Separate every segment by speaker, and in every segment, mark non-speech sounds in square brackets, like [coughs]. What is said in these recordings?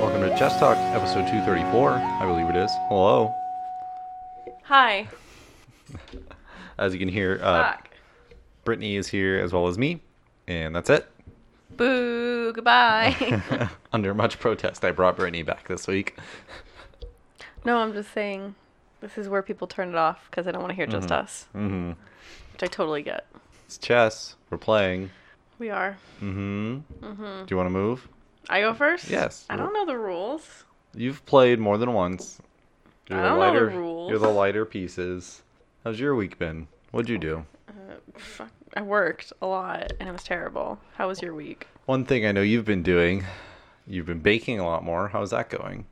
Speaker 1: Welcome to Chess Talk, episode 234, I believe it is. Hello.
Speaker 2: Hi.
Speaker 1: As you can hear, uh,
Speaker 2: Fuck.
Speaker 1: Brittany is here as well as me, and that's it.
Speaker 2: Boo.
Speaker 1: [laughs]
Speaker 2: Goodbye. [laughs]
Speaker 1: Under much protest, I brought Brittany back this week.
Speaker 2: no, I'm just saying this is where people turn it off because they don't want to hear just us,
Speaker 1: Mm-hmm.
Speaker 2: which I totally get.
Speaker 1: It's chess. We're playing.
Speaker 2: We are.
Speaker 1: Mm-hmm. Do you want to move?
Speaker 2: I go first?
Speaker 1: Yes.
Speaker 2: I don't know the rules.
Speaker 1: You've played more than once.
Speaker 2: I don't know the rules.
Speaker 1: You're the lighter pieces. How's your week been? What'd you do?
Speaker 2: Uh, fuck, I worked a lot and it was terrible. How was your week?
Speaker 1: One thing I know you've been doing, you've been baking a lot more. How's that going?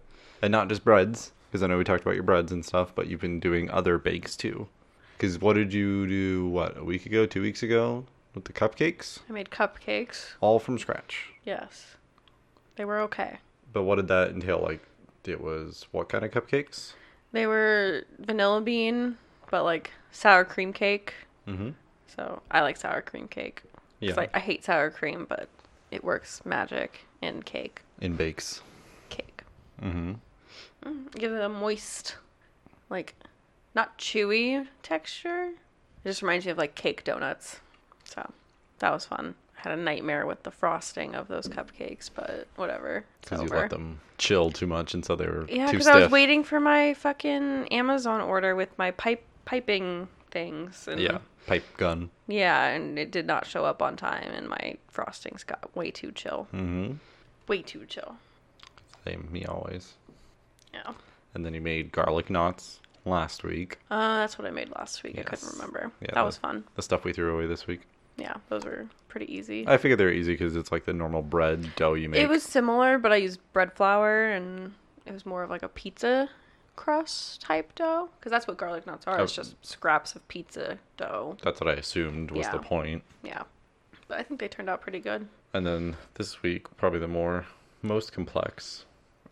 Speaker 1: And not just breads, because I know we talked about your breads and stuff, but you've been doing other bakes too. Because what did you do, what, a week ago, two weeks ago with the cupcakes?
Speaker 2: I made cupcakes.
Speaker 1: All from scratch.
Speaker 2: Yes. They were okay.
Speaker 1: But what did that entail? Like, it was what kind of cupcakes?
Speaker 2: They were vanilla bean, but like sour cream cake.
Speaker 1: Mm-hmm.
Speaker 2: So I like sour cream cake.
Speaker 1: Yeah.
Speaker 2: Like, I hate sour cream, but it works magic in cake.
Speaker 1: In bakes.
Speaker 2: Cake.
Speaker 1: Mm-hmm.
Speaker 2: Mm, give it a moist, like, not chewy texture. It just reminds me of like cake donuts. So that was fun. I had a nightmare with the frosting of those cupcakes, but whatever. It's
Speaker 1: Because you
Speaker 2: over.
Speaker 1: let them chill too much, and so they were
Speaker 2: Yeah,
Speaker 1: too
Speaker 2: because
Speaker 1: stiff.
Speaker 2: I was waiting for my fucking Amazon order with my pipe piping things, and
Speaker 1: Yeah, pipe gun.
Speaker 2: yeah, and it did not show up on time, and my frostings got way too chill,
Speaker 1: Mm-hmm.
Speaker 2: way too chill.
Speaker 1: Same, me always.
Speaker 2: Yeah,
Speaker 1: And then you made garlic knots last week.
Speaker 2: uh, that's what I made last week. I couldn't
Speaker 1: Yes.
Speaker 2: remember.
Speaker 1: Yeah,
Speaker 2: that
Speaker 1: that-
Speaker 2: was fun.
Speaker 1: The stuff we threw away this week.
Speaker 2: Yeah, those were pretty easy.
Speaker 1: I figured they're easy because it's like the normal bread dough you make.
Speaker 2: It was similar, but I used bread flour, and it was more of like a pizza crust type dough, because that's what garlic knots are.
Speaker 1: Oh.
Speaker 2: It's just scraps of pizza dough.
Speaker 1: That's what I assumed was the
Speaker 2: Yeah.
Speaker 1: point.
Speaker 2: Yeah, but I think they turned out pretty good.
Speaker 1: And then this week, probably the more most complex,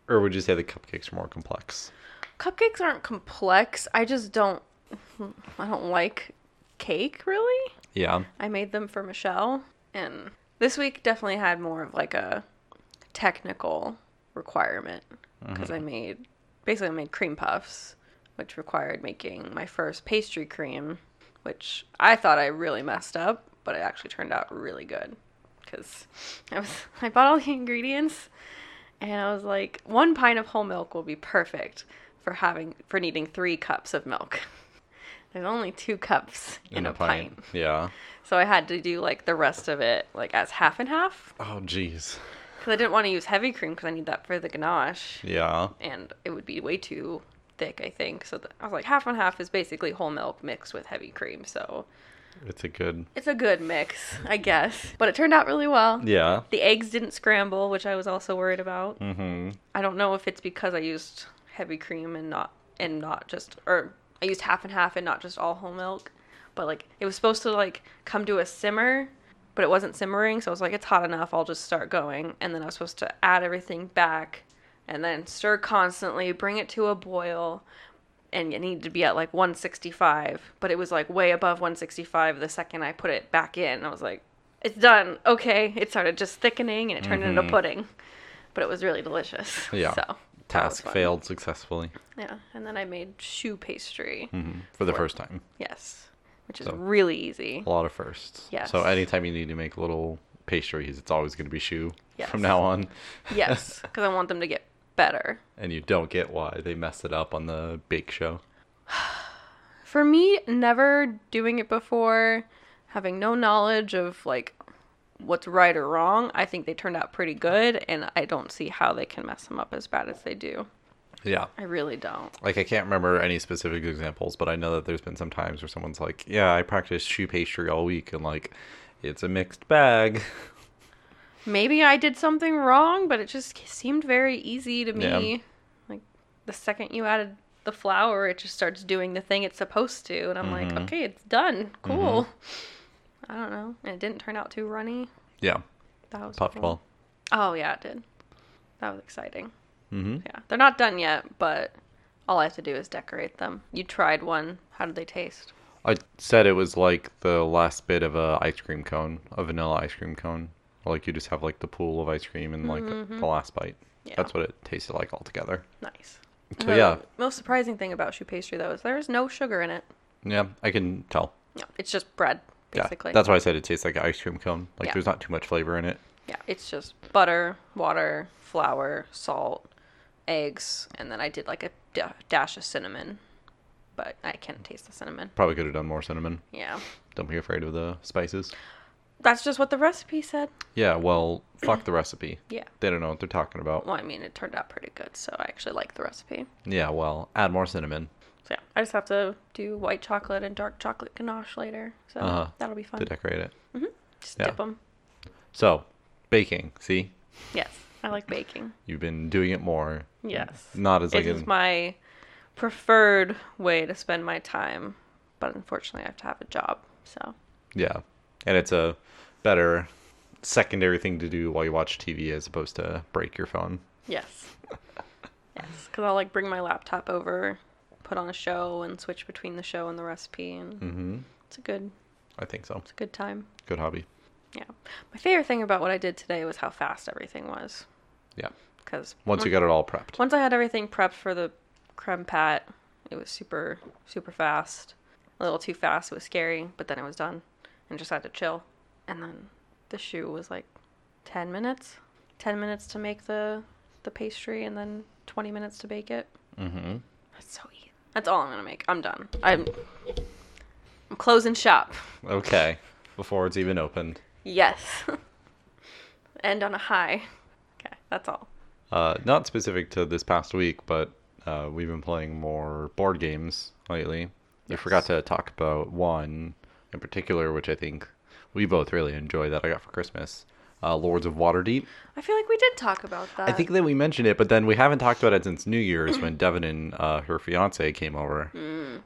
Speaker 1: or would you say the cupcakes are more complex?
Speaker 2: cupcakes aren't complex i just don't [laughs] i don't like cake really
Speaker 1: Yeah.
Speaker 2: i made them for michelle and this week definitely had more of like a technical requirement because i made basically i made cream puffs which required making my first pastry cream which i thought i really messed up but it actually turned out really good because i was [laughs] i bought all the ingredients and I was like, one pint of whole milk will be perfect for having for needing three cups of milk. [laughs] There's only two cups in, a, pint.
Speaker 1: Yeah.
Speaker 2: So I had to do like the rest of it like as half and half
Speaker 1: Oh, jeez.
Speaker 2: because I didn't want to use heavy cream because I need that for the ganache
Speaker 1: Yeah.
Speaker 2: and it would be way too thick I think. So th- I was like half and half is basically whole milk mixed with heavy cream. So
Speaker 1: It's a good.
Speaker 2: it's a good mix, I guess. But it turned out really well.
Speaker 1: Yeah.
Speaker 2: The eggs didn't scramble, which I was also worried about.
Speaker 1: Mm-hmm.
Speaker 2: I don't know if it's because I used heavy cream and not and not just or I used half and half and not just all whole milk, but like it was supposed to like come to a simmer, but it wasn't simmering, so I was like it's hot enough, I'll just start going and then I was supposed to add everything back and then stir constantly, bring it to a boil and it needed to be at like 165, but it was like way above 165 the second I put it back in. I was like it's done. Okay, it started just thickening and it turned into pudding but it was really delicious.
Speaker 1: Mm-hmm.
Speaker 2: [laughs]
Speaker 1: Yeah.
Speaker 2: So that was
Speaker 1: Task
Speaker 2: fun.
Speaker 1: failed successfully
Speaker 2: Yeah, and then I made shoe pastry.
Speaker 1: for the first time.
Speaker 2: Yes, which is
Speaker 1: Mm-hmm. So-
Speaker 2: really easy.
Speaker 1: A lot of firsts.
Speaker 2: Yes.
Speaker 1: So anytime you need to make little pastries, it's always going to be shoe from
Speaker 2: Yes.
Speaker 1: now on. [laughs]
Speaker 2: Yes, because I want them to get better.
Speaker 1: And you don't get why they mess it up on the bake show.
Speaker 2: For me, never doing it before, having no knowledge of like what's right or wrong, I think they turned out pretty good, and I don't see how they can mess them up as bad as they do.
Speaker 1: Yeah.
Speaker 2: I really don't.
Speaker 1: Like I can't remember any specific examples, but I know that there's been some times where someone's like, "Yeah, I practiced shoe pastry all week," and like, it's a mixed bag. [laughs]
Speaker 2: maybe I did something wrong, but it just seemed very easy to
Speaker 1: Yeah.
Speaker 2: me. Like the second you added the flour, it just starts doing the thing it's supposed to, and I'm like, okay, it's done. Cool. I don't know, and it didn't turn out too runny.
Speaker 1: Yeah,
Speaker 2: That was
Speaker 1: puffed
Speaker 2: cool.
Speaker 1: well.
Speaker 2: Oh yeah, it did. That was exciting.
Speaker 1: Mm-hmm.
Speaker 2: Yeah, they're not done yet, but all I have to do is decorate them. You tried one. How did they taste?
Speaker 1: I said it was like the last bit of a ice cream cone, a vanilla ice cream cone. Like you just have like the pool of ice cream and like the last bite.
Speaker 2: Mm-hmm. Yeah.
Speaker 1: That's what it tasted like altogether.
Speaker 2: Nice.
Speaker 1: So
Speaker 2: The
Speaker 1: yeah,
Speaker 2: Most surprising thing about shoe pastry though is there is no sugar in it.
Speaker 1: yeah, I can tell.
Speaker 2: No, it's just bread basically.
Speaker 1: Yeah, that's why I said it tastes like an ice cream cone. Like
Speaker 2: Yeah.
Speaker 1: there's not too much flavor in it.
Speaker 2: Yeah, it's just butter, water, flour, salt, eggs, and then I did like a da- dash of cinnamon, but I can't taste the cinnamon.
Speaker 1: Probably could have done more cinnamon.
Speaker 2: Yeah,
Speaker 1: Don't be afraid of the spices.
Speaker 2: that's just what the recipe said.
Speaker 1: Yeah, well, fuck the recipe.
Speaker 2: Yeah.
Speaker 1: They don't know what they're talking about.
Speaker 2: Well, I mean, it turned out pretty good, so I actually like the recipe.
Speaker 1: Yeah, well, add more cinnamon.
Speaker 2: So yeah, I just have to do white chocolate and dark chocolate ganache later, so
Speaker 1: Uh-huh.
Speaker 2: that'll be fun.
Speaker 1: to decorate it.
Speaker 2: Just
Speaker 1: yeah.
Speaker 2: dip 'em. dip them.
Speaker 1: So, baking. See,
Speaker 2: Yes, I like baking.
Speaker 1: you've been doing it more.
Speaker 2: Yes.
Speaker 1: Not as
Speaker 2: It
Speaker 1: like
Speaker 2: is
Speaker 1: an-
Speaker 2: my preferred way to spend my time, but unfortunately, I have to have a job, so.
Speaker 1: yeah, and it's a better secondary thing to do while you watch TV as opposed to break your phone.
Speaker 2: Yes.
Speaker 1: [laughs]
Speaker 2: yes, because I'll like bring my laptop over, put on a show, and switch between the show and the recipe, and
Speaker 1: Mm-hmm.
Speaker 2: it's a good,
Speaker 1: I think so.
Speaker 2: it's a good time.
Speaker 1: Good hobby.
Speaker 2: Yeah. My favorite thing about what I did today was how fast everything was,
Speaker 1: Yeah.
Speaker 2: because
Speaker 1: Once you got it all prepped.
Speaker 2: once I had everything prepped for the creme pat, it was super super fast. A little too fast, it was scary, but then it was done, and just had to chill. And then the shoe was like ten minutes, ten minutes to make the the pastry, and then twenty minutes to bake it.
Speaker 1: Mm-hmm.
Speaker 2: That's so easy. That's all I'm gonna make. I'm done. I'm I'm closing shop.
Speaker 1: Okay. Before it's even opened.
Speaker 2: Yes. [laughs] End on a high. Okay, that's all.
Speaker 1: Uh, not specific to this past week, but uh, we've been playing more board games lately. We
Speaker 2: Yes.
Speaker 1: forgot to talk about one in particular, which I think we both really enjoy that I got for Christmas. Uh, Lords of Waterdeep.
Speaker 2: I feel like we did talk about that.
Speaker 1: I think that we mentioned it, but then we haven't talked about it since New Year's when Devin and uh, her fiance came over,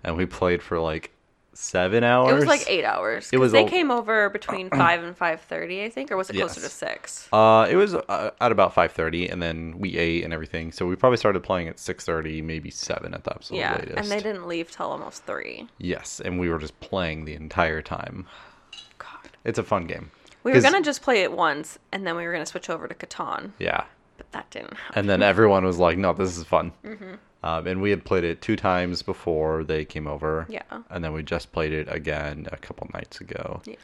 Speaker 1: and we played for like seven hours.
Speaker 2: Mm. it was like eight hours.
Speaker 1: It
Speaker 2: 'cause
Speaker 1: was
Speaker 2: they
Speaker 1: a-
Speaker 2: came over between
Speaker 1: [clears throat]
Speaker 2: five and five thirty, I think, or was it closer to
Speaker 1: Yes.
Speaker 2: six?
Speaker 1: Uh, it was uh, at about five thirty, and then we ate and everything. So we probably started playing at six thirty, maybe seven at the absolute
Speaker 2: yeah,
Speaker 1: latest.
Speaker 2: and they didn't leave till almost three.
Speaker 1: Yes, and we were just playing the entire time.
Speaker 2: God,
Speaker 1: It's a fun game.
Speaker 2: we were
Speaker 1: 'Cause-
Speaker 2: gonna just play it once, and then we were gonna switch over to Catan,
Speaker 1: Yeah,
Speaker 2: but that didn't. happen.
Speaker 1: and then everyone was like, "No, this is fun."
Speaker 2: Mm-hmm.
Speaker 1: Um, and we had played it two times before they came over.
Speaker 2: Yeah.
Speaker 1: and then we just played it again a couple nights ago.
Speaker 2: Yeah.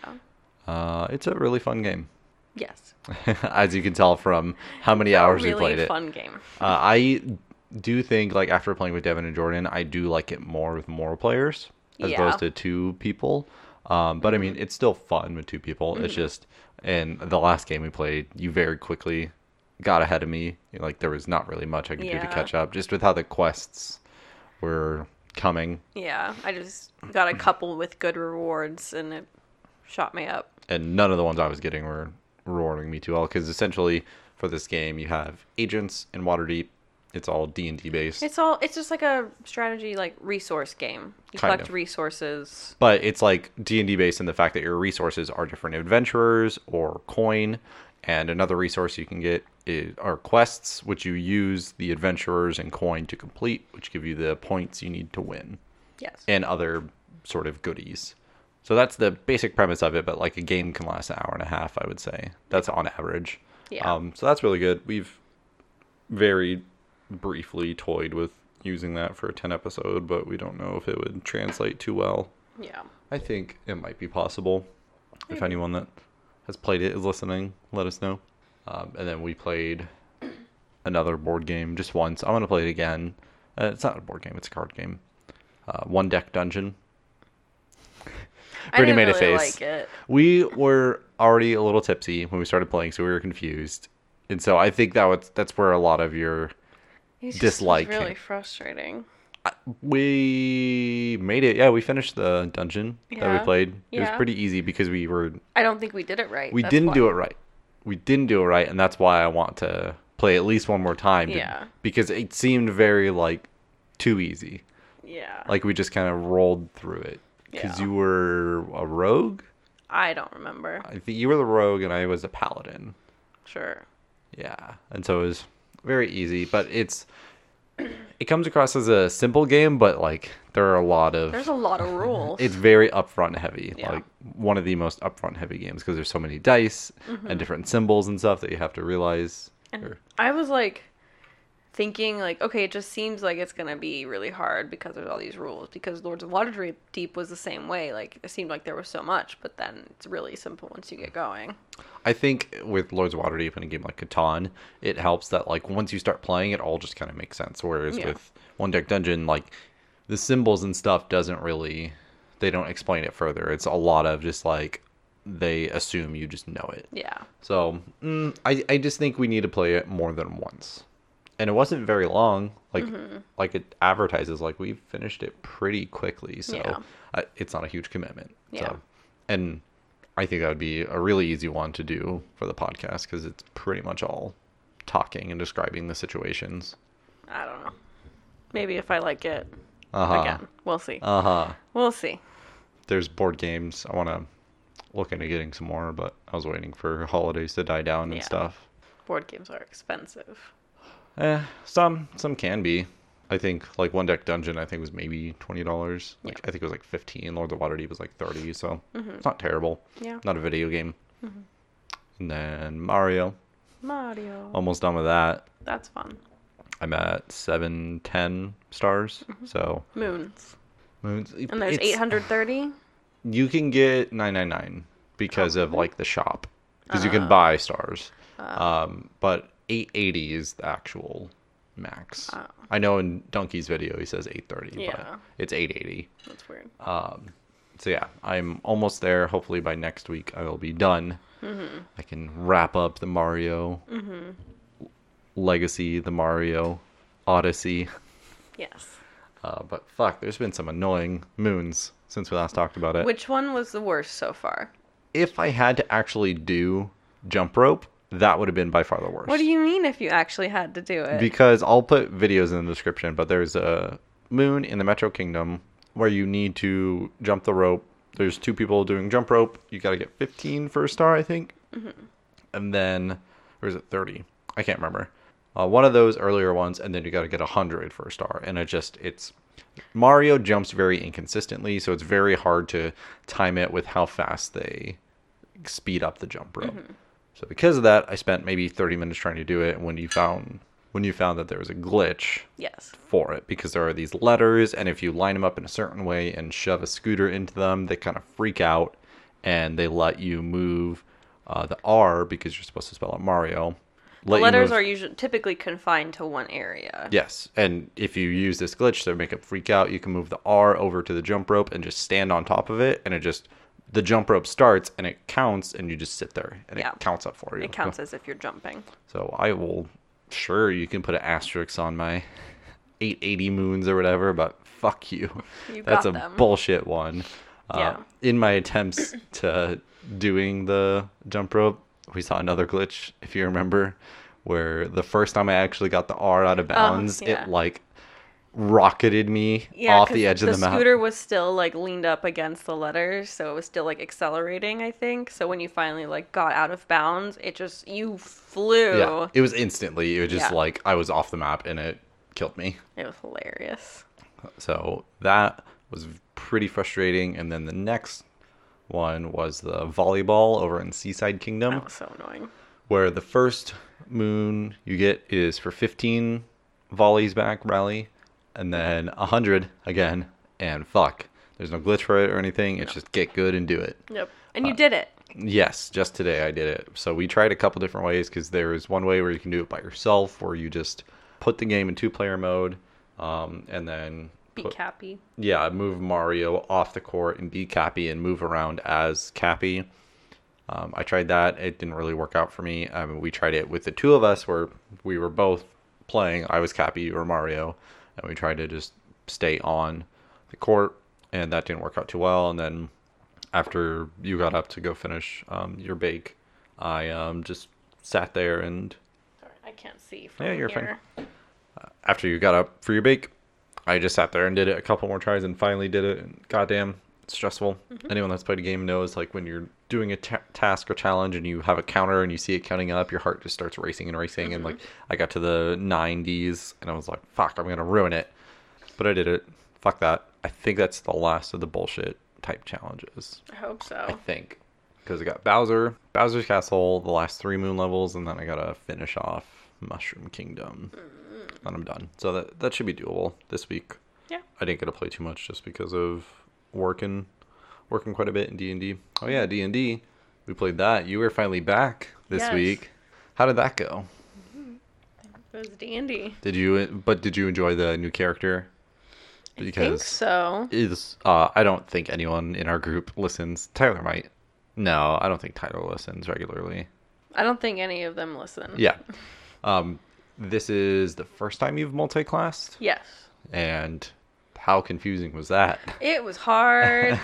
Speaker 1: Uh, it's a really fun game, [laughs]
Speaker 2: Yes.
Speaker 1: as you can tell from how many hours
Speaker 2: really
Speaker 1: we played it.
Speaker 2: fun game.
Speaker 1: Uh, I do think, like after playing with Devin and Jordan, I do like it more with more players as
Speaker 2: Yeah. Mm-hmm.
Speaker 1: opposed to two people. Um, but I mean, it's still fun with two people. It's just, and the last game we played, you very quickly got ahead of me. Like there was not really much I could do
Speaker 2: Yeah.
Speaker 1: to catch up, just with how the quests were coming,
Speaker 2: Yeah, I just got a couple with good rewards, and it shot me up.
Speaker 1: and none of the ones I was getting were rewarding me too well. Because essentially, for this game, you have agents in Waterdeep. It's all D and D based.
Speaker 2: It's all it's just like a strategy like resource game. You
Speaker 1: Kind
Speaker 2: collect
Speaker 1: of.
Speaker 2: resources.
Speaker 1: but it's like d&d based in the fact that your resources are different adventurers or coin and another resource you can get is, are quests which you use the adventurers and coin to complete which give you the points you need to win
Speaker 2: Yes.
Speaker 1: and other sort of goodies so that's the basic premise of it but like a game can last an hour and a half i would say that's on average
Speaker 2: Yeah.
Speaker 1: um, so that's really good we've very briefly toyed with using that for a 10 episode but we don't know if it would translate too well
Speaker 2: yeah.
Speaker 1: I think it might be possible. If anyone that has played it is listening, let us know. Um, and then we played another board game just once. I'm gonna play it again. Uh, it's not a board game; it's a card game. Uh, one deck dungeon.
Speaker 2: I
Speaker 1: Brittany
Speaker 2: didn't
Speaker 1: made a
Speaker 2: really
Speaker 1: face.
Speaker 2: like it.
Speaker 1: We were already a little tipsy when we started playing, so we were confused. And so I think that was that's where a lot of your
Speaker 2: It just was
Speaker 1: Dislike
Speaker 2: really
Speaker 1: it.
Speaker 2: frustrating.
Speaker 1: we made it. Yeah, we finished the dungeon that
Speaker 2: Yeah.
Speaker 1: we played. It was
Speaker 2: Yeah.
Speaker 1: pretty easy because we were
Speaker 2: I don't think we did it right.
Speaker 1: we didn't do it right. We didn't do it right, and that's why I want to play at least one more time. to-
Speaker 2: Yeah.
Speaker 1: Because it seemed very like too easy.
Speaker 2: Yeah.
Speaker 1: Like we just kind of rolled through it. Because
Speaker 2: Yeah.
Speaker 1: you were a rogue.
Speaker 2: I don't remember.
Speaker 1: I think you were the rogue, and I was a paladin.
Speaker 2: Sure.
Speaker 1: Yeah. And so it was very easy, but it's it comes across as a simple game, but like there are a lot of
Speaker 2: There's a lot
Speaker 1: [laughs]
Speaker 2: of rules.
Speaker 1: it's very upfront heavy
Speaker 2: Yeah.
Speaker 1: like one of the most upfront heavy games because there's so many dice
Speaker 2: Mm-hmm.
Speaker 1: and different symbols and stuff that you have to realize or-
Speaker 2: I was like thinking like, okay, it just seems like it's gonna be really hard because there's all these rules. Because Lords of Waterdeep was the same way. Like it seemed like there was so much, but then it's really simple once you get going.
Speaker 1: i think with lords of waterdeep and a game like catan it helps that like once you start playing it all just kind of makes sense whereas
Speaker 2: Yeah.
Speaker 1: with one deck dungeon like the symbols and stuff doesn't really they don't explain it further it's a lot of just like they assume you just know it
Speaker 2: Yeah.
Speaker 1: So mm, I I just think we need to play it more than once, and it wasn't very long. Like
Speaker 2: Mm-hmm.
Speaker 1: like it advertises like we finished it pretty quickly, so
Speaker 2: Yeah.
Speaker 1: uh, it's not a huge commitment.
Speaker 2: Yeah.
Speaker 1: So, and I think that would be a really easy one to do for the podcast because it's pretty much all talking and describing the situations.
Speaker 2: I don't know. Maybe if I like it
Speaker 1: Uh huh.
Speaker 2: again. We'll see.
Speaker 1: Uh huh.
Speaker 2: we'll see.
Speaker 1: There's board games. I want to look into getting some more, but I was waiting for holidays to die down and
Speaker 2: Yeah.
Speaker 1: stuff.
Speaker 2: Board games are expensive.
Speaker 1: Eh, some some can be. I think like one deck dungeon I think was maybe twenty dollars. Like I think it was like fifteen. Lord of the Waterdeep was like thirty, so
Speaker 2: Mm-hmm.
Speaker 1: it's not terrible.
Speaker 2: Yeah.
Speaker 1: Not a video game.
Speaker 2: Mm-hmm.
Speaker 1: And then Mario,
Speaker 2: Mario.
Speaker 1: almost done with that.
Speaker 2: That's fun.
Speaker 1: I'm at seven ten stars. So
Speaker 2: Moons.
Speaker 1: it's-
Speaker 2: Mm-hmm. And there's
Speaker 1: it's-
Speaker 2: 830.
Speaker 1: You can get nine nine nine because of like the shop because you can buy stars. Um, but eight eighty is the actual max. I know in Donkey's video he says eight thirty,
Speaker 2: Yeah.
Speaker 1: but it's eight eighty. Um,
Speaker 2: That's weird.
Speaker 1: Uh-huh. So yeah, I'm almost there. Hopefully by next week I will be done. I can wrap up the Mario Legacy, the Mario Odyssey.
Speaker 2: yes.
Speaker 1: Uh, but fuck, there's been some annoying moons since we last talked about it.
Speaker 2: Which one was the worst so far?
Speaker 1: if I had to actually do jump rope, that would have been by far the worst.
Speaker 2: What do you mean if you actually had to do it?
Speaker 1: Because I'll put videos in the description, but there's a moon in the Metro Kingdom where you need to jump the rope. There's two people doing jump rope. You got to get 15 for a star, I think.
Speaker 2: Mm-hmm.
Speaker 1: And then, or is it 30? I can't remember. Uh, one of those earlier ones, and then you got to get 100 for a star. And it just, it's. Mario jumps very inconsistently, so it's very hard to time it with how fast they speed up the jump rope. So because of that, I spent maybe 30 minutes trying to do it. And when you found when you found that there was a glitch
Speaker 2: yes.
Speaker 1: for it, because there are these letters, and if you line them up in a certain way and shove a scooter into them, they kind of freak out, and they let you move uh, the R because you're supposed to spell out Mario. Let you
Speaker 2: Letters
Speaker 1: move-
Speaker 2: are usually typically confined to one area.
Speaker 1: Yes, and if you use this glitch to make it freak out, you can move the R over to the jump rope and just stand on top of it, and it just the jump rope starts and it counts, and you just sit there and
Speaker 2: Yeah.
Speaker 1: it counts up for you.
Speaker 2: It counts as if you're jumping.
Speaker 1: So I will. Sure, you can put an asterisk on my 880 moons or whatever, but fuck you.
Speaker 2: You
Speaker 1: That's
Speaker 2: got
Speaker 1: a
Speaker 2: them.
Speaker 1: bullshit one. Uh, In my attempts to doing the jump rope, we saw another glitch, if you remember, where the first time I actually got the R out of bounds,
Speaker 2: Oh, yeah.
Speaker 1: it like rocketed me
Speaker 2: Yeah,
Speaker 1: off
Speaker 2: 'cause
Speaker 1: the edge of the, map.
Speaker 2: scooter was still like leaned up against the letters, so it was still like accelerating. I think so. When you finally like got out of bounds, it just you flew.
Speaker 1: Yeah, it was instantly. It was just
Speaker 2: Yeah.
Speaker 1: like I was off the map and it killed me.
Speaker 2: It was hilarious.
Speaker 1: So that was pretty frustrating. And then the next one was the volleyball over in Seaside Kingdom,
Speaker 2: That was so annoying.
Speaker 1: where the first moon you get is for 15 volleys back rally, and then 100 again. And fuck, there's no glitch for it or anything. It's just get good and do it.
Speaker 2: Yep. And you
Speaker 1: Uh,
Speaker 2: did it.
Speaker 1: Yes, just today I did it. So we tried a couple different ways because there is one way where you can do it by yourself, where you just put the game in two player mode um, and then
Speaker 2: Be
Speaker 1: put-
Speaker 2: happy.
Speaker 1: yeah, move Mario off the court and be Cappy and move around as Cappy. Um, I tried that. It didn't really work out for me. I mean, we tried it with the two of us where we were both playing. I was Cappy or Mario, and we tried to just stay on the court, and that didn't work out too well. And then after you got up to go finish um, your bake, I um, just sat there and
Speaker 2: Sorry, I can't see from
Speaker 1: Yeah, you're fine.
Speaker 2: here.
Speaker 1: after you got up for your bake, I just sat there and did it a couple more tries and finally did it. And goddamn, stressful. Anyone that's played a game knows like when you're doing a ta- task or challenge and you have a counter and you see it counting up, your heart just starts racing and racing. And like I got to the 90s and I was like, fuck, I'm going to ruin it. But I did it. Fuck that. I think that's the last of the bullshit type challenges.
Speaker 2: I hope
Speaker 1: I
Speaker 2: so.
Speaker 1: think. Because I got Bowser, Bowser's Castle, the last three moon levels, and then I gotta finish off Mushroom Kingdom.
Speaker 2: Mm.
Speaker 1: And I'm done. So that that should be doable this week.
Speaker 2: Yeah.
Speaker 1: I didn't get to play too much just because of working working quite a bit in D and D. Oh yeah, D and D. We played that. You were finally back this
Speaker 2: Yes.
Speaker 1: week. How did that go?
Speaker 2: It was dandy.
Speaker 1: Did you? But did you enjoy the new character?
Speaker 2: I think so.
Speaker 1: is uh, I don't think anyone in our group listens. Tyler might. No, I don't think Tyler listens
Speaker 2: [laughs]
Speaker 1: regularly.
Speaker 2: I don't think any of them listen.
Speaker 1: Yeah. Um, this is the first time you've multiclassed,
Speaker 2: Yes.
Speaker 1: and how confusing was that? [laughs]
Speaker 2: It was hard.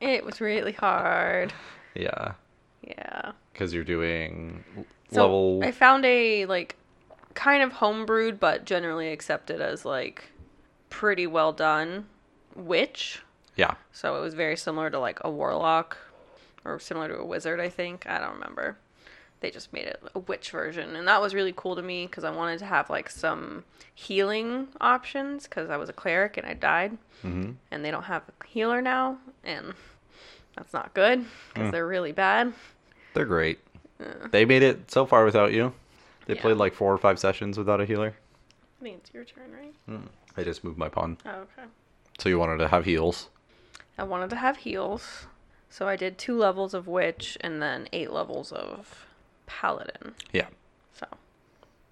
Speaker 2: it was really hard.
Speaker 1: Yeah,
Speaker 2: Yeah.
Speaker 1: because you're doing l-
Speaker 2: So
Speaker 1: level.
Speaker 2: I found a like kind of homebrewed but generally accepted as like pretty well done witch.
Speaker 1: Yeah,
Speaker 2: So it was very similar to like a warlock or similar to a wizard, I think. I don't remember. They just made it a witch version. And that was really cool to me because I wanted to have like some healing options because I was a cleric and I died.
Speaker 1: Mhm.
Speaker 2: And they don't have a healer now. And that's not good because they're really bad.
Speaker 1: they're great. They made it so far without you. They
Speaker 2: Yeah.
Speaker 1: played like four or five sessions without a healer.
Speaker 2: I think it's your turn, right?
Speaker 1: I just moved my pawn.
Speaker 2: Oh, okay.
Speaker 1: So you wanted to have heals.
Speaker 2: I wanted to have heals. So I did two levels of witch and then eight levels of paladin.
Speaker 1: Yeah.
Speaker 2: So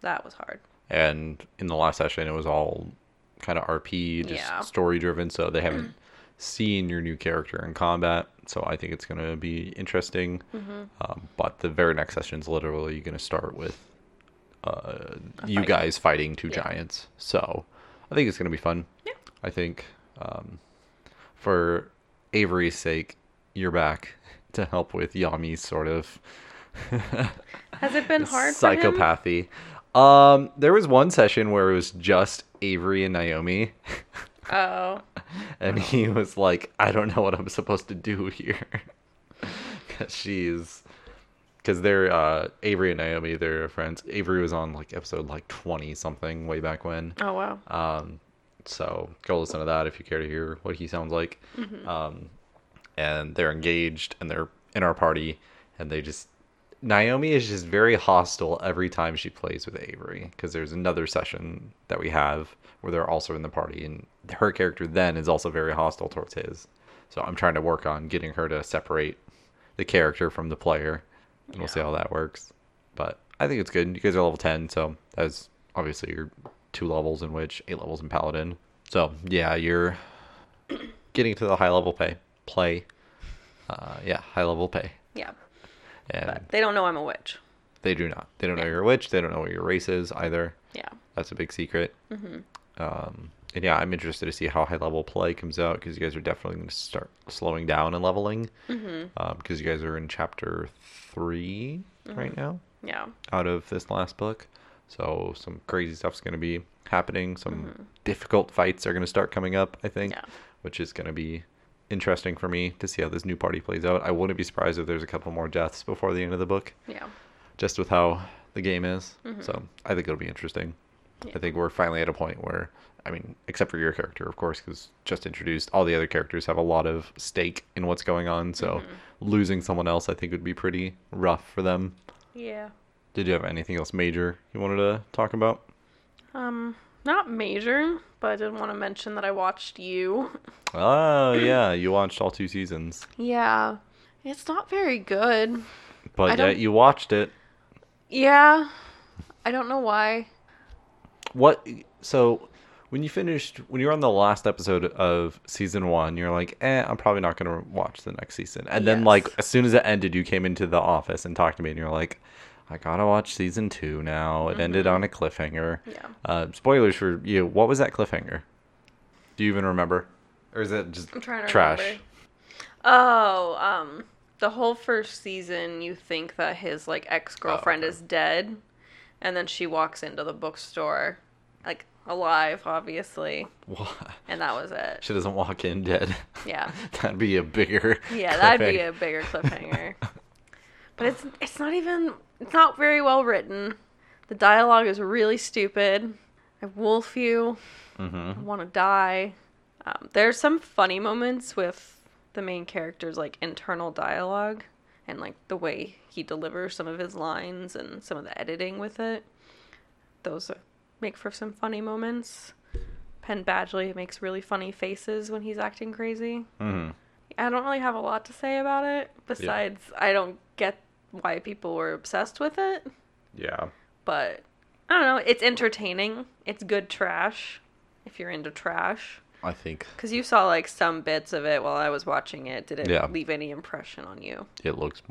Speaker 2: that was hard.
Speaker 1: and in the last session it was all kind of rp just
Speaker 2: Yeah.
Speaker 1: story driven so they
Speaker 2: [clears throat]
Speaker 1: haven't seen your new character in combat so i think it's going to be interesting
Speaker 2: Mm-hmm.
Speaker 1: um, but the very next session's literally going to start with uh, you
Speaker 2: fight.
Speaker 1: guys fighting two
Speaker 2: Yeah.
Speaker 1: giants so i think it's going to be fun
Speaker 2: Yeah.
Speaker 1: i think um, for avery's sake you're back [laughs] to help with yami's sort of
Speaker 2: Has it been hard for him?
Speaker 1: psychopathy. Um, there was one session where it was just Avery and Naomi, [laughs]
Speaker 2: Oh,
Speaker 1: and he was like, "I don't know what I'm supposed to do here," [laughs] because she's because they're uh, Avery and Naomi. They're friends. Avery was on like episode like twenty something way back when.
Speaker 2: oh wow.
Speaker 1: Um, so go listen to that if you care to hear what he sounds like. Um, and they're engaged and they're in our party and they just Naomi is just very hostile every time she plays with Avery because there's another session that we have where they're also in the party and her character then is also very hostile towards his. So I'm trying to work on getting her to separate the character from the player and we'll see how that works. But I think it's good. You guys are level 10, so that's obviously your two levels in which eight levels in paladin. So, yeah, you're [coughs] getting to the high level pay play. Uh, yeah, high level pay,
Speaker 2: Yeah,
Speaker 1: and
Speaker 2: but they don't know I'm a witch.
Speaker 1: they do not. They don't know your witch. They don't know what your race is either.
Speaker 2: Yeah,
Speaker 1: That's a big secret. Um, and yeah, I'm interested to see how high level play comes out because you guys are definitely going to start slowing down and leveling because you guys are in chapter 3 right now
Speaker 2: yeah.
Speaker 1: out of this last book. So some crazy stuff's going to be happening. Some difficult fights are going to start coming up, I think,
Speaker 2: Yeah.
Speaker 1: which is going to be interesting for me to see how this new party plays out. I wouldn't be surprised if there's a couple more deaths before the end of the book,
Speaker 2: Yeah.
Speaker 1: just with how the game is.
Speaker 2: Mm-hmm.
Speaker 1: So I think it'll be interesting. I think we're finally at a point where, I mean, except for your character, of course, because just introduced, all the other characters have a lot of stake in what's going on. So
Speaker 2: Mm-hmm.
Speaker 1: losing someone else, I think, would be pretty rough for them.
Speaker 2: Yeah.
Speaker 1: Did you have anything else major you wanted to talk
Speaker 2: [clears throat]
Speaker 1: about?
Speaker 2: Um, not major, but I did want to mention that I watched you. [laughs]
Speaker 1: Oh yeah, you watched all two seasons,
Speaker 2: Yeah. It's not very good. I
Speaker 1: but
Speaker 2: don't-
Speaker 1: yet you watched it.
Speaker 2: Yeah. I don't know why.
Speaker 1: What? So when you finished, when you were on the last episode of season one, you're like, "Eh, I'm probably not gonna watch the next season." And then
Speaker 2: Yes.
Speaker 1: like as soon as it ended, you came into the office and talked to me, and you're like, "I gotta watch season two now." It ended on a cliffhanger.
Speaker 2: Mm-hmm. Yeah.
Speaker 1: Uh, spoilers for you. What was that cliffhanger? Do you even remember, or is it just
Speaker 2: I'm trying to
Speaker 1: trash?
Speaker 2: remember. Oh, um, the whole first season, you think that his like ex girlfriend
Speaker 1: Oh, okay.
Speaker 2: is dead, and then she walks into the bookstore, like alive, obviously,
Speaker 1: Wha- [laughs]
Speaker 2: and that was it.
Speaker 1: She doesn't walk in dead. [laughs]
Speaker 2: Yeah.
Speaker 1: that'd be a bigger.
Speaker 2: Yeah, that'd be
Speaker 1: cliffhanger.
Speaker 2: a bigger cliffhanger. but it's it's not even it's not very well written. The dialogue is really stupid. I wolf you. I want to die. Um, there's some funny moments with the main character's like internal dialogue and like the way he delivers some of his lines and some of the editing with it. Those make for some funny moments. Penn Badgley makes really funny faces when he's acting crazy.
Speaker 1: hmm
Speaker 2: I don't really have a lot to say about it besides I don't get why people were obsessed with it,
Speaker 1: Yeah.
Speaker 2: but I don't know, it's entertaining. It's good trash if you're into trash
Speaker 1: I think
Speaker 2: cuz you saw like some bits of it while I was watching it. Did it
Speaker 1: Yeah.
Speaker 2: leave any impression on you?
Speaker 1: it looks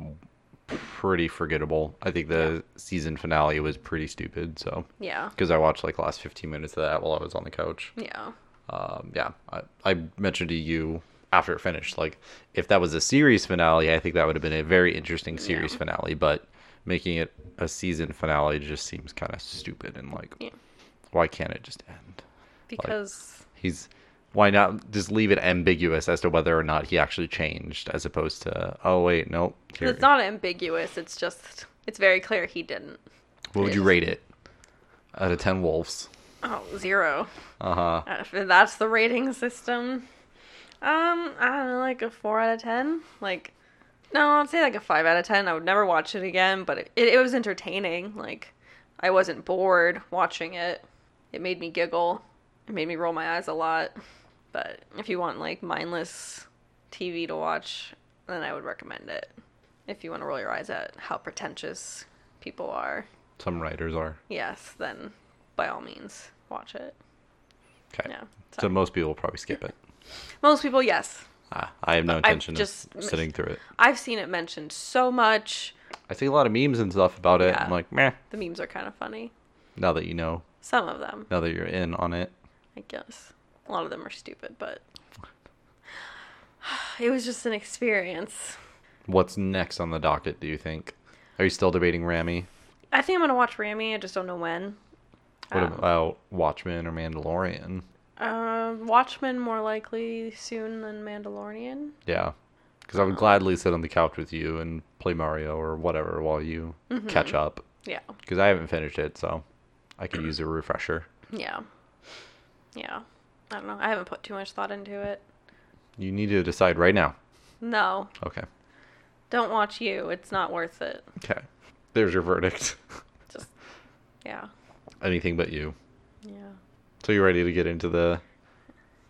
Speaker 1: pretty forgettable. I think the season finale was pretty stupid. So
Speaker 2: Yeah.
Speaker 1: because I watched like last 15 minutes of that while I was on the couch.
Speaker 2: Yeah.
Speaker 1: Um, yeah, I, I mentioned to you after it finished, like if that was a series finale, I think that would have been a very interesting series finale. But making it a season finale just seems kind of stupid and like,
Speaker 2: Yeah.
Speaker 1: why can't it just end?
Speaker 2: Because
Speaker 1: He's why not just leave it ambiguous as to whether or not he actually changed, as opposed to oh wait, nope.
Speaker 2: cause it's not ambiguous. It's just it's very clear he didn't.
Speaker 1: What would you rate it? Out of ten wolves.
Speaker 2: Oh, zero.
Speaker 1: Uh huh.
Speaker 2: Uh, If that's the rating system, um, I don't know, like a four out of ten. Like, no, I'd say like a five out of ten. I would never watch it again, but it, it, it was entertaining. Like, I wasn't bored watching it. It made me giggle. It made me roll my eyes a lot. But if you want like mindless TV to watch, then I would recommend it. If you want to roll your eyes at how pretentious people are,
Speaker 1: Some writers are.
Speaker 2: yes, then by all means watch it.
Speaker 1: Okay.
Speaker 2: Yeah.
Speaker 1: so most people will probably skip it.
Speaker 2: Most people, yes.
Speaker 1: Ah, I have no
Speaker 2: I've
Speaker 1: intention
Speaker 2: just
Speaker 1: of
Speaker 2: missed-
Speaker 1: sitting through it.
Speaker 2: I've seen it mentioned so much.
Speaker 1: I see a lot of memes and stuff about it.
Speaker 2: Yeah.
Speaker 1: I'm like, meh.
Speaker 2: The memes are kind of funny.
Speaker 1: Now that you know,
Speaker 2: Some of them,
Speaker 1: now that you're in on it,
Speaker 2: I guess. A lot of them are stupid, but [sighs] it was just an experience.
Speaker 1: what's next on the docket? Do you think? Are you still debating Rami?
Speaker 2: I think I'm gonna watch Rami. I just don't know when.
Speaker 1: What
Speaker 2: Um,
Speaker 1: about Watchmen or Mandalorian?
Speaker 2: Um, Watchmen more likely soon than Mandalorian.
Speaker 1: Yeah, because I would gladly sit on the couch with you and play Mario or whatever while you
Speaker 2: Mm-hmm.
Speaker 1: catch up.
Speaker 2: Yeah,
Speaker 1: Because I haven't finished it, so I could use a refresher.
Speaker 2: yeah, yeah. I don't know. I haven't put too much thought into it.
Speaker 1: You need to decide right now.
Speaker 2: No,
Speaker 1: Okay.
Speaker 2: don't watch you. It's not worth it.
Speaker 1: Okay. There's your verdict. [laughs]
Speaker 2: Just yeah,
Speaker 1: Anything but you.
Speaker 2: yeah.
Speaker 1: So you ready to get into the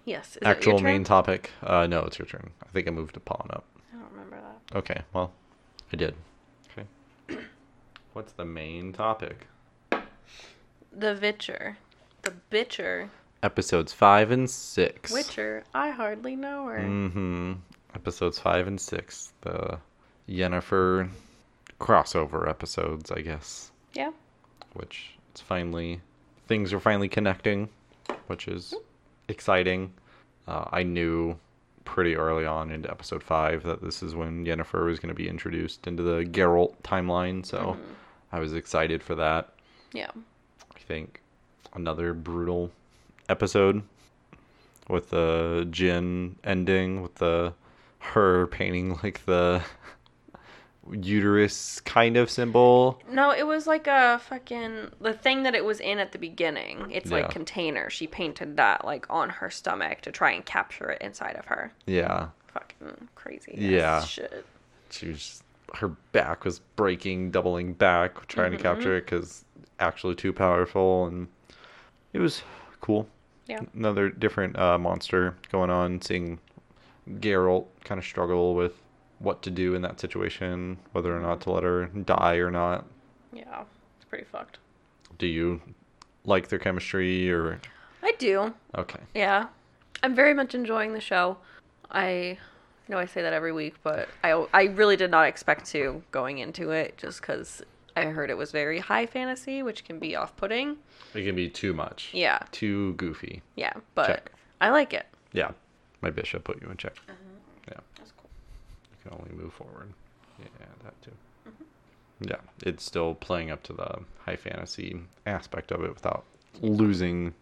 Speaker 2: Yes. Is it your
Speaker 1: actual
Speaker 2: turn?
Speaker 1: main topic? Uh, no, it's your turn. I think I moved a pawn up.
Speaker 2: I don't remember that.
Speaker 1: Okay, well, I did. Okay. What's the main topic?
Speaker 2: The Witcher. The Bitcher.
Speaker 1: Episodes five and six.
Speaker 2: Witcher. I hardly know her.
Speaker 1: Mm-hmm. Episodes five and six. The Yennefer crossover episodes, I guess.
Speaker 2: Yeah.
Speaker 1: Which it's finally things are finally connecting, which is exciting. Uh, I knew pretty early on into episode five that this is when Yennefer was going to be introduced into the Geralt timeline, so I was excited for that.
Speaker 2: Yeah.
Speaker 1: I think another brutal episode with the Jin ending with the her painting like the [laughs] uterus kind of symbol.
Speaker 2: No, it was like a fucking the thing that it was in at the beginning. It's like
Speaker 1: Yeah.
Speaker 2: container. She painted that like on her stomach to try and capture it inside of her.
Speaker 1: Yeah.
Speaker 2: Fucking crazy.
Speaker 1: Yeah.
Speaker 2: Yeah. Shit.
Speaker 1: She was her back was breaking, doubling back, trying to capture it because actually too powerful, and it was cool.
Speaker 2: Yeah.
Speaker 1: another different uh, monster going on, seeing Geralt kind of struggle with what to do in that situation, whether or not to let her die or not.
Speaker 2: Yeah. It's pretty fucked.
Speaker 1: Do you like their chemistry or
Speaker 2: I do.
Speaker 1: okay?
Speaker 2: Yeah. I'm very much enjoying the show. I know I say that every week, but I, I really did not expect to going into it just because I heard it was very high fantasy, which can be off putting.
Speaker 1: It can be too much.
Speaker 2: Yeah.
Speaker 1: Too goofy.
Speaker 2: Yeah. But
Speaker 1: Check.
Speaker 2: I like it.
Speaker 1: Yeah. My bishop put you in check. Yeah.
Speaker 2: That's cool.
Speaker 1: You can only move forward. Yeah, that too.
Speaker 2: Mm-hmm.
Speaker 1: Yeah, it's still playing up to the high fantasy aspect of it without losing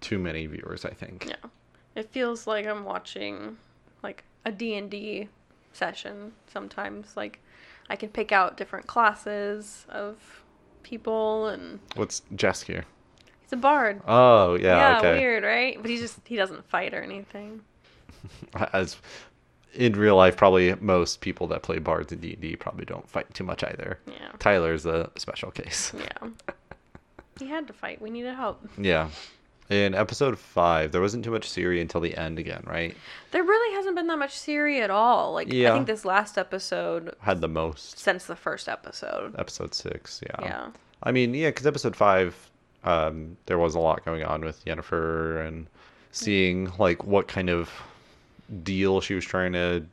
Speaker 1: too many viewers, I think.
Speaker 2: Yeah. It feels like I'm watching like a D&D session sometimes like I can pick out different classes of people and
Speaker 1: What's Jess here?
Speaker 2: he's a bard.
Speaker 1: Oh, yeah, okay.
Speaker 2: weird, right? But he just he doesn't fight or anything.
Speaker 1: As in real life, probably most people that play bards in D&D probably don't fight too much either.
Speaker 2: Yeah.
Speaker 1: Tyler's a special case. [laughs]
Speaker 2: Yeah. he had to fight. We needed help.
Speaker 1: Yeah. In episode 5, there wasn't too much Siri until the end again, right?
Speaker 2: There really hasn't been that much Siri at all. Like I
Speaker 1: Yeah.
Speaker 2: think this last episode
Speaker 1: Had the most.
Speaker 2: since the first episode.
Speaker 1: Episode 6,
Speaker 2: Yeah.
Speaker 1: I mean, yeah, because episode five, um, there was a lot going on with Jennifer and seeing like what kind of deal she was trying to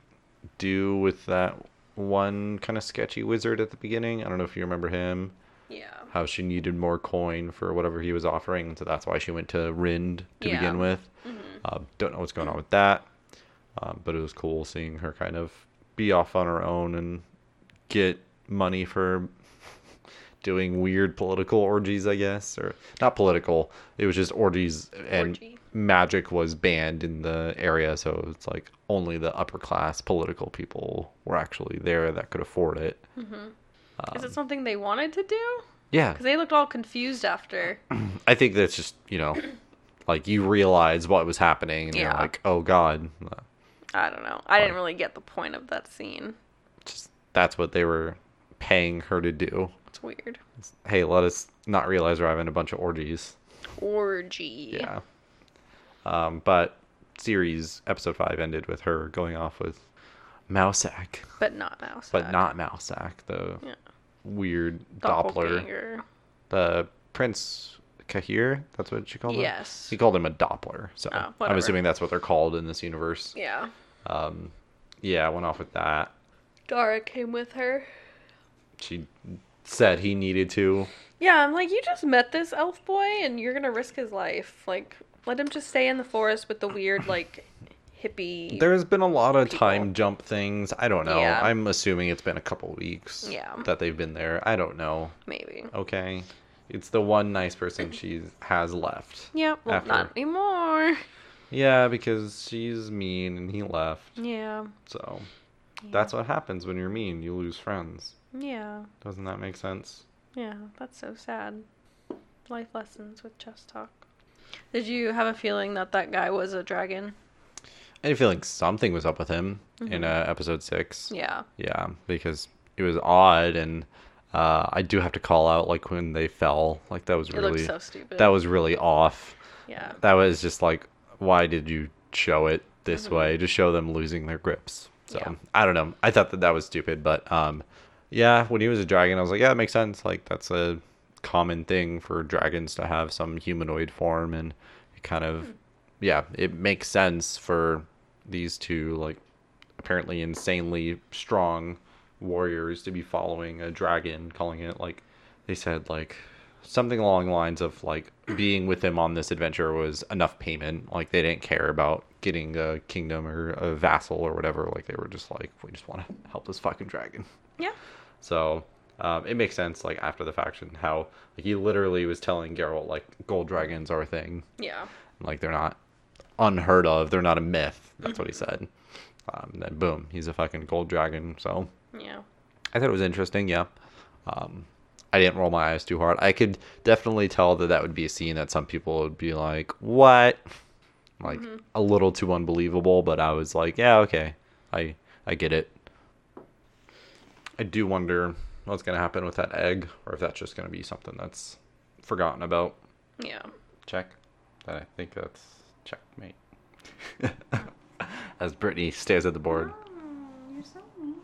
Speaker 1: do with that one kind of sketchy wizard at the beginning. I don't know if you remember him.
Speaker 2: Yeah.
Speaker 1: How she needed more coin for whatever he was offering, so that's why she went to Rind to
Speaker 2: Yeah. Mm-hmm.
Speaker 1: begin with. Uh, don't know what's going on with that, um, but it was cool seeing her kind of be off on her own and get money for [laughs] doing weird political orgies, I guess, or not political. It was just orgies, and
Speaker 2: Orgy.
Speaker 1: magic was banned in the area, so it's like only the upper class political people were actually there that could afford it.
Speaker 2: Hmm. Is
Speaker 1: Um,
Speaker 2: it something they wanted to do?
Speaker 1: Yeah,
Speaker 2: Because they looked all confused after.
Speaker 1: I think that's just you know, [clears throat] like you realize what was happening, and you're
Speaker 2: Yeah.
Speaker 1: like, oh god,
Speaker 2: I don't know. I didn't really get the point of that scene.
Speaker 1: just that's what they were paying her to do.
Speaker 2: It's weird.
Speaker 1: Hey, let us not realize we're having a bunch of orgies.
Speaker 2: Orgy.
Speaker 1: Yeah. Um, but series episode five ended with her going off with Mousak,
Speaker 2: But not mouse.
Speaker 1: but not Mousak, the
Speaker 2: Yeah.
Speaker 1: weird Doppler,
Speaker 2: Doppelganger.
Speaker 1: the Prince Kahir. That's what she called him.
Speaker 2: Yes.
Speaker 1: He called him a Doppler, so
Speaker 2: Oh,
Speaker 1: I'm
Speaker 2: whatever.
Speaker 1: assuming that's what they're called in this universe.
Speaker 2: Yeah.
Speaker 1: Yeah, I went off with that.
Speaker 2: Dara came with her.
Speaker 1: She said he needed to.
Speaker 2: Yeah, I'm like, you just met this elf boy and you're gonna risk his life. Like, let him just stay in the forest with the weird, like, hippie.
Speaker 1: There's been a lot of
Speaker 2: People.
Speaker 1: time jump things. I don't know.
Speaker 2: Yeah.
Speaker 1: I'm assuming it's been a couple weeks
Speaker 2: Yeah.
Speaker 1: that they've been there. I don't know.
Speaker 2: Maybe.
Speaker 1: Okay. It's the one nice person she has left.
Speaker 2: Yeah, well,
Speaker 1: After.
Speaker 2: not anymore.
Speaker 1: Yeah, because she's mean and he left.
Speaker 2: Yeah.
Speaker 1: So that's what happens when you're mean. You lose friends.
Speaker 2: Yeah.
Speaker 1: Doesn't that make sense?
Speaker 2: Yeah, that's so sad. Life lessons with Just Talk. Did you have a feeling that that guy was a dragon?
Speaker 1: I had a feeling something was up with him
Speaker 2: Mm-hmm.
Speaker 1: in uh, episode six.
Speaker 2: Yeah.
Speaker 1: Yeah, because it was odd, and uh, I do have to call out like when they fell. Like that was
Speaker 2: It
Speaker 1: really
Speaker 2: looked so stupid.
Speaker 1: that was really off.
Speaker 2: yeah.
Speaker 1: That was just like, why did you show it this way? To show them losing their grips. So
Speaker 2: Mm-hmm. Yeah.
Speaker 1: I don't know. I thought that that was stupid, but um, yeah, when he was a dragon, I was like, yeah, it makes sense. Like that's a common thing for dragons to have some humanoid form, and it kind
Speaker 2: Hmm.
Speaker 1: of, yeah, it makes sense for these two like apparently insanely strong warriors to be following a dragon, calling it like they said like something along the lines of like being with him on this adventure was enough payment. Like they didn't care about getting a kingdom or a vassal or whatever. Like they were just like we just want to help this fucking dragon.
Speaker 2: Yeah.
Speaker 1: So um, it makes sense like after the faction how like he literally was telling Geralt like gold dragons are a thing.
Speaker 2: Yeah.
Speaker 1: Like they're not unheard of. They're not a myth. That's what he said. Um, then boom, he's a fucking gold dragon. So
Speaker 2: Yeah.
Speaker 1: I thought it was interesting. Yeah. Um, I didn't roll my eyes too hard. I could definitely tell that that would be a scene that some people would be like, "What?" Like a little too unbelievable, but I was like, "Yeah, okay, I I get it." I do wonder what's gonna happen with that egg, or if that's just gonna be something that's forgotten about.
Speaker 2: Yeah.
Speaker 1: Check. And I think that's checkmate. As Brittany stares at the board.
Speaker 2: Oh, you're so mean.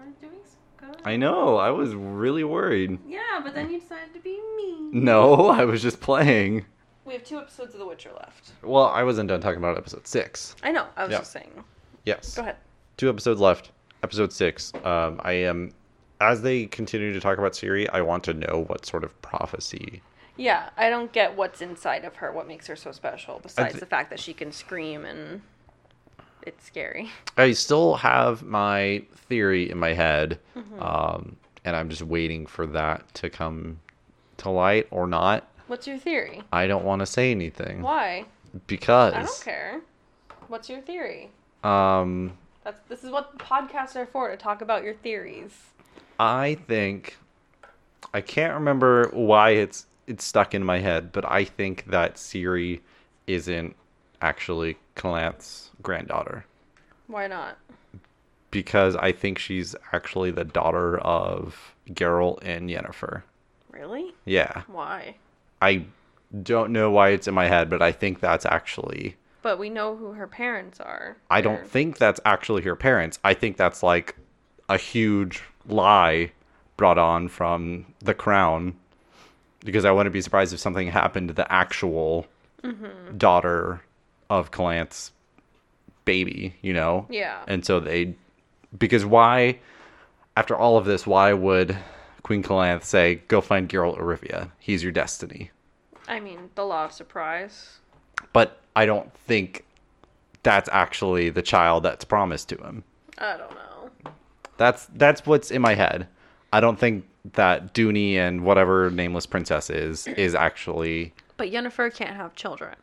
Speaker 2: I'm doing so good.
Speaker 1: I know. I was really worried.
Speaker 2: Yeah, but then you decided to be mean.
Speaker 1: No, I was just playing.
Speaker 2: We have two episodes of The Witcher left.
Speaker 1: Well, I wasn't done talking about episode six.
Speaker 2: I know. I was
Speaker 1: Yeah.
Speaker 2: just saying.
Speaker 1: Yes.
Speaker 2: Go ahead.
Speaker 1: Two episodes left. Episode six. Um, I am. As they continue to talk about Siri, I want to know what sort of prophecy.
Speaker 2: Yeah, I don't get what's inside of her. What makes her so special besides
Speaker 1: thi-
Speaker 2: the fact that she can scream and it's scary. [laughs]
Speaker 1: I still have my theory in my head,
Speaker 2: Mm-hmm.
Speaker 1: um, and I'm just waiting for that to come to light or not.
Speaker 2: What's your theory?
Speaker 1: I don't want to say anything
Speaker 2: Why? I don't
Speaker 1: because
Speaker 2: care. What's your theory?
Speaker 1: um
Speaker 2: That's this is what podcasts are for to talk about your theories.
Speaker 1: I think I can't remember why it's it's stuck in my head, but I think that Siri isn't actually Callanth's granddaughter
Speaker 2: Why not?
Speaker 1: because I think she's actually the daughter of Geralt and Yennefer.
Speaker 2: Really?
Speaker 1: Yeah.
Speaker 2: Why?
Speaker 1: I don't know why it's in my head, but I think that's actually
Speaker 2: But we know who her parents are.
Speaker 1: I
Speaker 2: They're-
Speaker 1: don't think that's actually her parents. I think that's like a huge lie brought on from the crown because I wouldn't be surprised if something happened to the actual
Speaker 2: Mm-hmm.
Speaker 1: daughter of Callanth's baby, you know?
Speaker 2: Yeah.
Speaker 1: And so they, because why, after all of this, why would Queen Callanth say, go find Geralt Orivia? He's your destiny.
Speaker 2: I mean, the law of surprise.
Speaker 1: But I don't think that's actually the child that's promised to him.
Speaker 2: I don't know.
Speaker 1: That's that's what's in my head. I don't think that Dooney and whatever nameless princess is is actually.
Speaker 2: But Yennefer can't have children.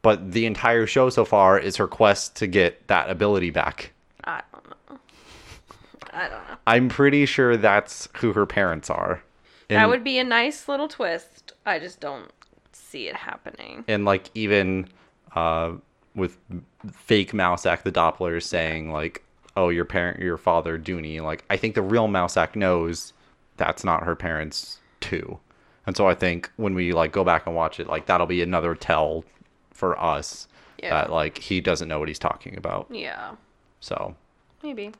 Speaker 1: But the entire show so far is her quest to get that ability back.
Speaker 2: I don't know. I don't know.
Speaker 1: I'm pretty sure that's who her parents are. And,
Speaker 2: That would be a nice little twist. I just don't see it happening.
Speaker 1: and like even uh, with fake Mousak the Doppler saying like, "Oh, your parent, your father, Dooney." Like I think the real Mousak knows that's not her parents too, and so I think when we like go back and watch it, like that'll be another tell for us
Speaker 2: Yeah.
Speaker 1: that like he doesn't know what he's talking about.
Speaker 2: Yeah,
Speaker 1: So
Speaker 2: maybe.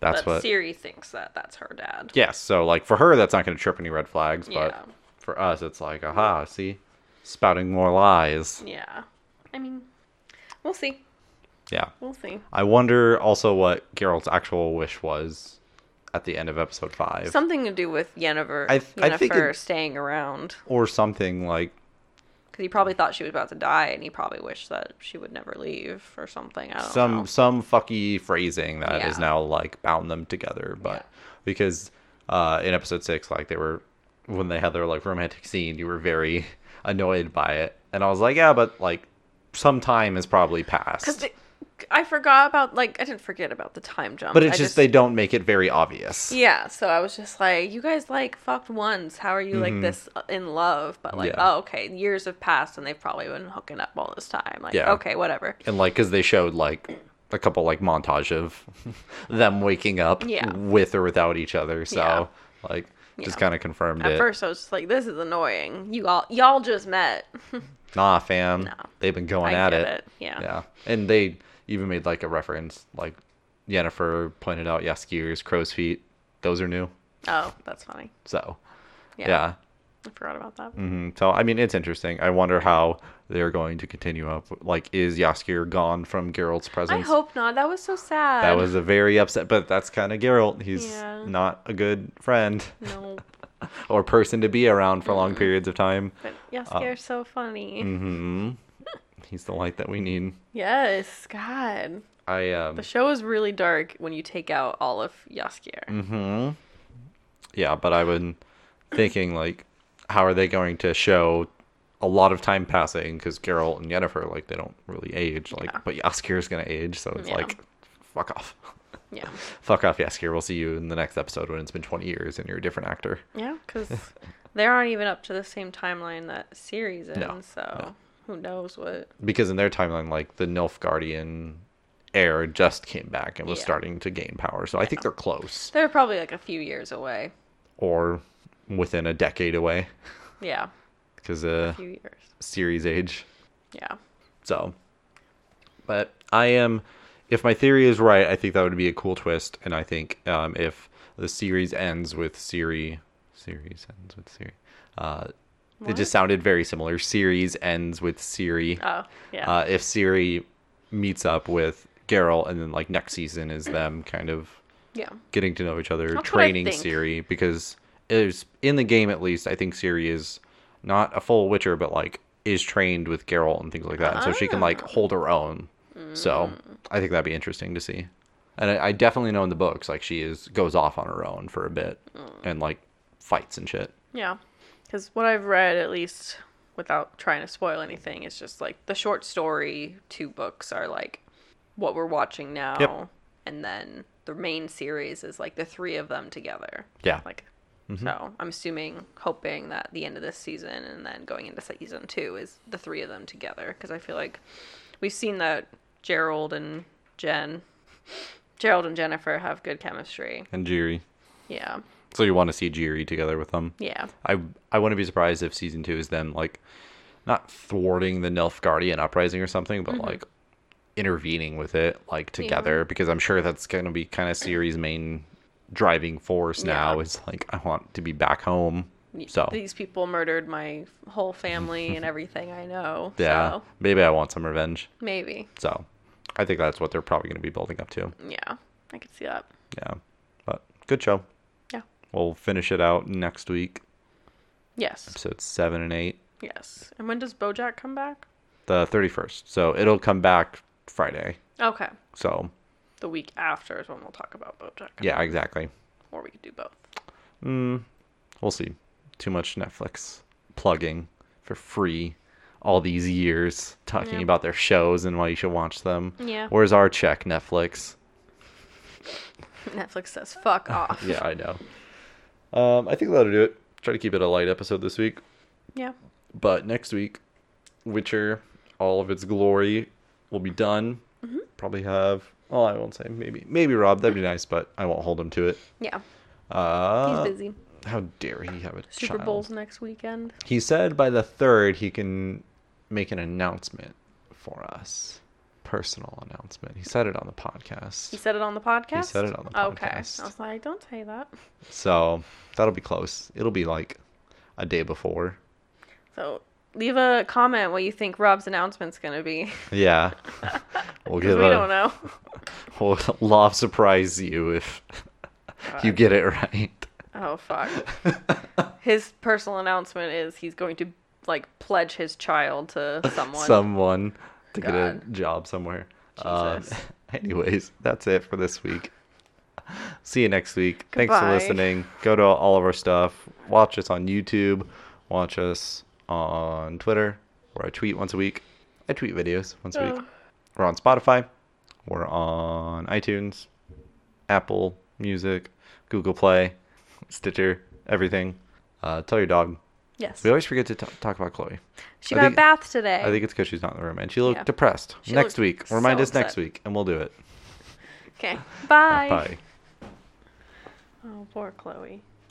Speaker 1: that's
Speaker 2: but
Speaker 1: what.
Speaker 2: Siri thinks that that's her dad.
Speaker 1: Yes. So like for her, that's not going to trip any red flags,
Speaker 2: Yeah.
Speaker 1: but for us, it's like, aha, see, spouting more lies.
Speaker 2: Yeah. I mean, we'll see.
Speaker 1: Yeah.
Speaker 2: We'll see.
Speaker 1: I wonder also what Geralt's actual wish was at the end of episode five,
Speaker 2: Something to do with Yennefer,
Speaker 1: I th-
Speaker 2: Yennefer
Speaker 1: I think it-
Speaker 2: staying around.
Speaker 1: or something like
Speaker 2: Because he probably thought she was about to die and he probably wished that she would never leave or something. I don't
Speaker 1: some
Speaker 2: know.
Speaker 1: some fucky phrasing that is
Speaker 2: Oh, Yeah.
Speaker 1: now like bound them together. But because uh, in episode six, like they were when they had their like romantic scene, you were very [laughs] annoyed by it, and I was like, yeah, but like some time has probably
Speaker 2: Because
Speaker 1: passed.
Speaker 2: I forgot about, like, I didn't forget about the time jump.
Speaker 1: but it's
Speaker 2: I
Speaker 1: just, they don't make it very obvious.
Speaker 2: Yeah, so I was just like, you guys like fucked once. How are you like this uh, in love? But like,
Speaker 1: Mm-hmm. Yeah.
Speaker 2: oh, okay, years have passed and they've probably been hooking up all this time. Like,
Speaker 1: Yeah.
Speaker 2: okay, whatever.
Speaker 1: and like because they showed like a couple like montage of [laughs] them waking up
Speaker 2: Yeah.
Speaker 1: with or without each other so
Speaker 2: Yeah.
Speaker 1: like just
Speaker 2: Yeah.
Speaker 1: kind of confirmed
Speaker 2: At
Speaker 1: it
Speaker 2: first, I was just like, this is annoying. You all, y'all just met.
Speaker 1: nah fam
Speaker 2: No.
Speaker 1: they've been going
Speaker 2: I
Speaker 1: at
Speaker 2: get
Speaker 1: it.
Speaker 2: it, yeah.
Speaker 1: and they even made like a reference like Yennefer pointed out yes gears crow's feet those are new
Speaker 2: oh, that's funny.
Speaker 1: so
Speaker 2: Yeah,
Speaker 1: yeah,
Speaker 2: I forgot about that.
Speaker 1: hmm so i mean it's interesting i wonder how they're going to continue up like is Yaskir gone from Geralt's
Speaker 2: I
Speaker 1: presence
Speaker 2: hope not. That was so sad.
Speaker 1: that was a very upset but that's kind of Geralt he's
Speaker 2: Um, Yeah.
Speaker 1: not a good friend [laughs]
Speaker 2: no,
Speaker 1: or person to be around for
Speaker 2: Mm-hmm.
Speaker 1: long periods of time.
Speaker 2: but
Speaker 1: [laughs]
Speaker 2: yes,
Speaker 1: Uh,
Speaker 2: they are so funny.
Speaker 1: hmm He's the light that we need.
Speaker 2: Yes, God.
Speaker 1: I um
Speaker 2: The show is really dark when you take out all of Yaskier.
Speaker 1: hmm Yeah, but I've been thinking like how are they going to show a lot of time passing cuz Geralt and Yennefer like they don't really age like
Speaker 2: Yeah.
Speaker 1: but Yaskir's going to age so it's
Speaker 2: Yeah.
Speaker 1: like fuck off. [laughs]
Speaker 2: Yeah,
Speaker 1: Fuck off Yaskir. We'll see you in the next episode when it's been 20 years and you're a different actor.
Speaker 2: yeah, because
Speaker 1: [laughs]
Speaker 2: they aren't even up to the same timeline that series in.
Speaker 1: No,
Speaker 2: so who knows what?
Speaker 1: Because in their timeline like the Nilfgaardian heir just came back and was
Speaker 2: Yeah.
Speaker 1: starting to gain power. So I think they're close.
Speaker 2: They're probably like a few years away.
Speaker 1: or within a decade away
Speaker 2: Yeah,
Speaker 1: because uh
Speaker 2: a few years.
Speaker 1: series age
Speaker 2: Yeah,
Speaker 1: so but i am if my theory is right i think that would be a cool twist and i think um, if the series ends with siri series ends with siri uh, it
Speaker 2: What?
Speaker 1: just sounded very similar series ends with siri
Speaker 2: Oh, yeah.
Speaker 1: uh, if siri meets up with Geralt, and then like next season is them kind of
Speaker 2: yeah.
Speaker 1: getting to know each other,
Speaker 2: That's what I
Speaker 1: training
Speaker 2: think.
Speaker 1: Siri because is in the game at least. I think Siri is not a full Witcher, but like is trained with Geralt and things like that, and so she can like
Speaker 2: Ah.
Speaker 1: hold her own. So
Speaker 2: Hmm.
Speaker 1: I think that'd be interesting to see. And I, I definitely know in the books, like she is goes off on her own
Speaker 2: Hmm.
Speaker 1: for a bit and like fights and shit.
Speaker 2: Yeah, because what I've read, at least without trying to spoil anything, it's just like the short story two books are like what we're watching now,
Speaker 1: Yep.
Speaker 2: and then the main series is like the three of them together.
Speaker 1: Yeah.
Speaker 2: Like,
Speaker 1: Mm-hmm.
Speaker 2: so I'm assuming, hoping that the end of this season and then going into season two is the three of them together because I feel like we've seen that Gerald and Jen, Gerald and Jennifer have good chemistry.
Speaker 1: and Jiri.
Speaker 2: Yeah.
Speaker 1: So you want to see Jiri together with them?
Speaker 2: Yeah.
Speaker 1: I I wouldn't be surprised if season two is them like not thwarting the Nilfgaardian uprising or something, but
Speaker 2: Mm-hmm.
Speaker 1: like intervening with it like together because I'm sure that's gonna be kind of series main driving force now
Speaker 2: Yeah.
Speaker 1: is like I want to be back home.
Speaker 2: Y-
Speaker 1: So
Speaker 2: these people murdered my whole
Speaker 1: [laughs]
Speaker 2: family and everything I know.
Speaker 1: yeah,
Speaker 2: So
Speaker 1: maybe I want some revenge.
Speaker 2: maybe.
Speaker 1: So I think that's what they're probably gonna be building up to.
Speaker 2: Yeah. I could see that.
Speaker 1: Yeah, but good show.
Speaker 2: Yeah.
Speaker 1: We'll finish it out next week,
Speaker 2: Yes.
Speaker 1: episodes seven and eight,
Speaker 2: Yes. And when does Bojack come back?
Speaker 1: the thirty first. So it'll come back Friday.
Speaker 2: Okay.
Speaker 1: So
Speaker 2: The week after is when we'll talk about Bojack.
Speaker 1: yeah, exactly.
Speaker 2: Or we could do both.
Speaker 1: We'll see. Too much Netflix plugging for free all these years talking
Speaker 2: Yeah.
Speaker 1: about their shows and why you should watch them.
Speaker 2: Yeah.
Speaker 1: Where's our check, Netflix?
Speaker 2: Netflix says
Speaker 1: [laughs]
Speaker 2: fuck off.
Speaker 1: Yeah, I know. Um, I think that'll do it. Try to keep it a light episode this week.
Speaker 2: Yeah.
Speaker 1: But next week, Witcher, all of its glory will be done.
Speaker 2: Mm-hmm.
Speaker 1: Probably have. Oh, I won't say maybe. Maybe Rob. That'd be nice, but I won't hold him to it.
Speaker 2: Yeah. He's
Speaker 1: Uh,
Speaker 2: busy.
Speaker 1: How dare he have a
Speaker 2: Super
Speaker 1: child.
Speaker 2: Bowl's next weekend.
Speaker 1: He said by the third he can make an announcement for us. Personal announcement. He said it on the
Speaker 2: He
Speaker 1: podcast.
Speaker 2: said it on the podcast?
Speaker 1: it on the podcast.
Speaker 2: Okay. I was like, don't say that.
Speaker 1: So that'll be close. It'll be like a day before.
Speaker 2: So leave a comment what you think Rob's announcement's going to be. [laughs]
Speaker 1: Yeah. we'll
Speaker 2: 'Cause
Speaker 1: give
Speaker 2: we don't
Speaker 1: a
Speaker 2: know. [laughs]
Speaker 1: we'll [laughs] love surprise you if you get it right. [laughs]
Speaker 2: Oh fuck. his personal announcement is he's going to like pledge his
Speaker 1: [laughs]
Speaker 2: child to someone.
Speaker 1: Someone to get a
Speaker 2: God.
Speaker 1: job somewhere. Um,
Speaker 2: Jesus.
Speaker 1: [laughs] anyways, that's it for this week. See you next week. Thanks for
Speaker 2: Goodbye.
Speaker 1: listening. Go to all of our stuff. Watch us on YouTube. Watch us on Twitter, where I tweet once a week. I tweet videos once a week.
Speaker 2: Oh.
Speaker 1: We're on Spotify. We're on iTunes, Apple Music, Google Play, Stitcher, everything. Uh, tell your dog.
Speaker 2: Yes.
Speaker 1: We always forget to t- talk about Chloe.
Speaker 2: She
Speaker 1: I
Speaker 2: got
Speaker 1: think-
Speaker 2: a bath today.
Speaker 1: I think it's because she's not in the room, and she looked
Speaker 2: Yeah.
Speaker 1: depressed.
Speaker 2: She
Speaker 1: next
Speaker 2: looked
Speaker 1: week,
Speaker 2: so
Speaker 1: remind us next
Speaker 2: upset.
Speaker 1: week, and we'll do it.
Speaker 2: okay.
Speaker 1: Bye.
Speaker 2: Oh, poor Chloe.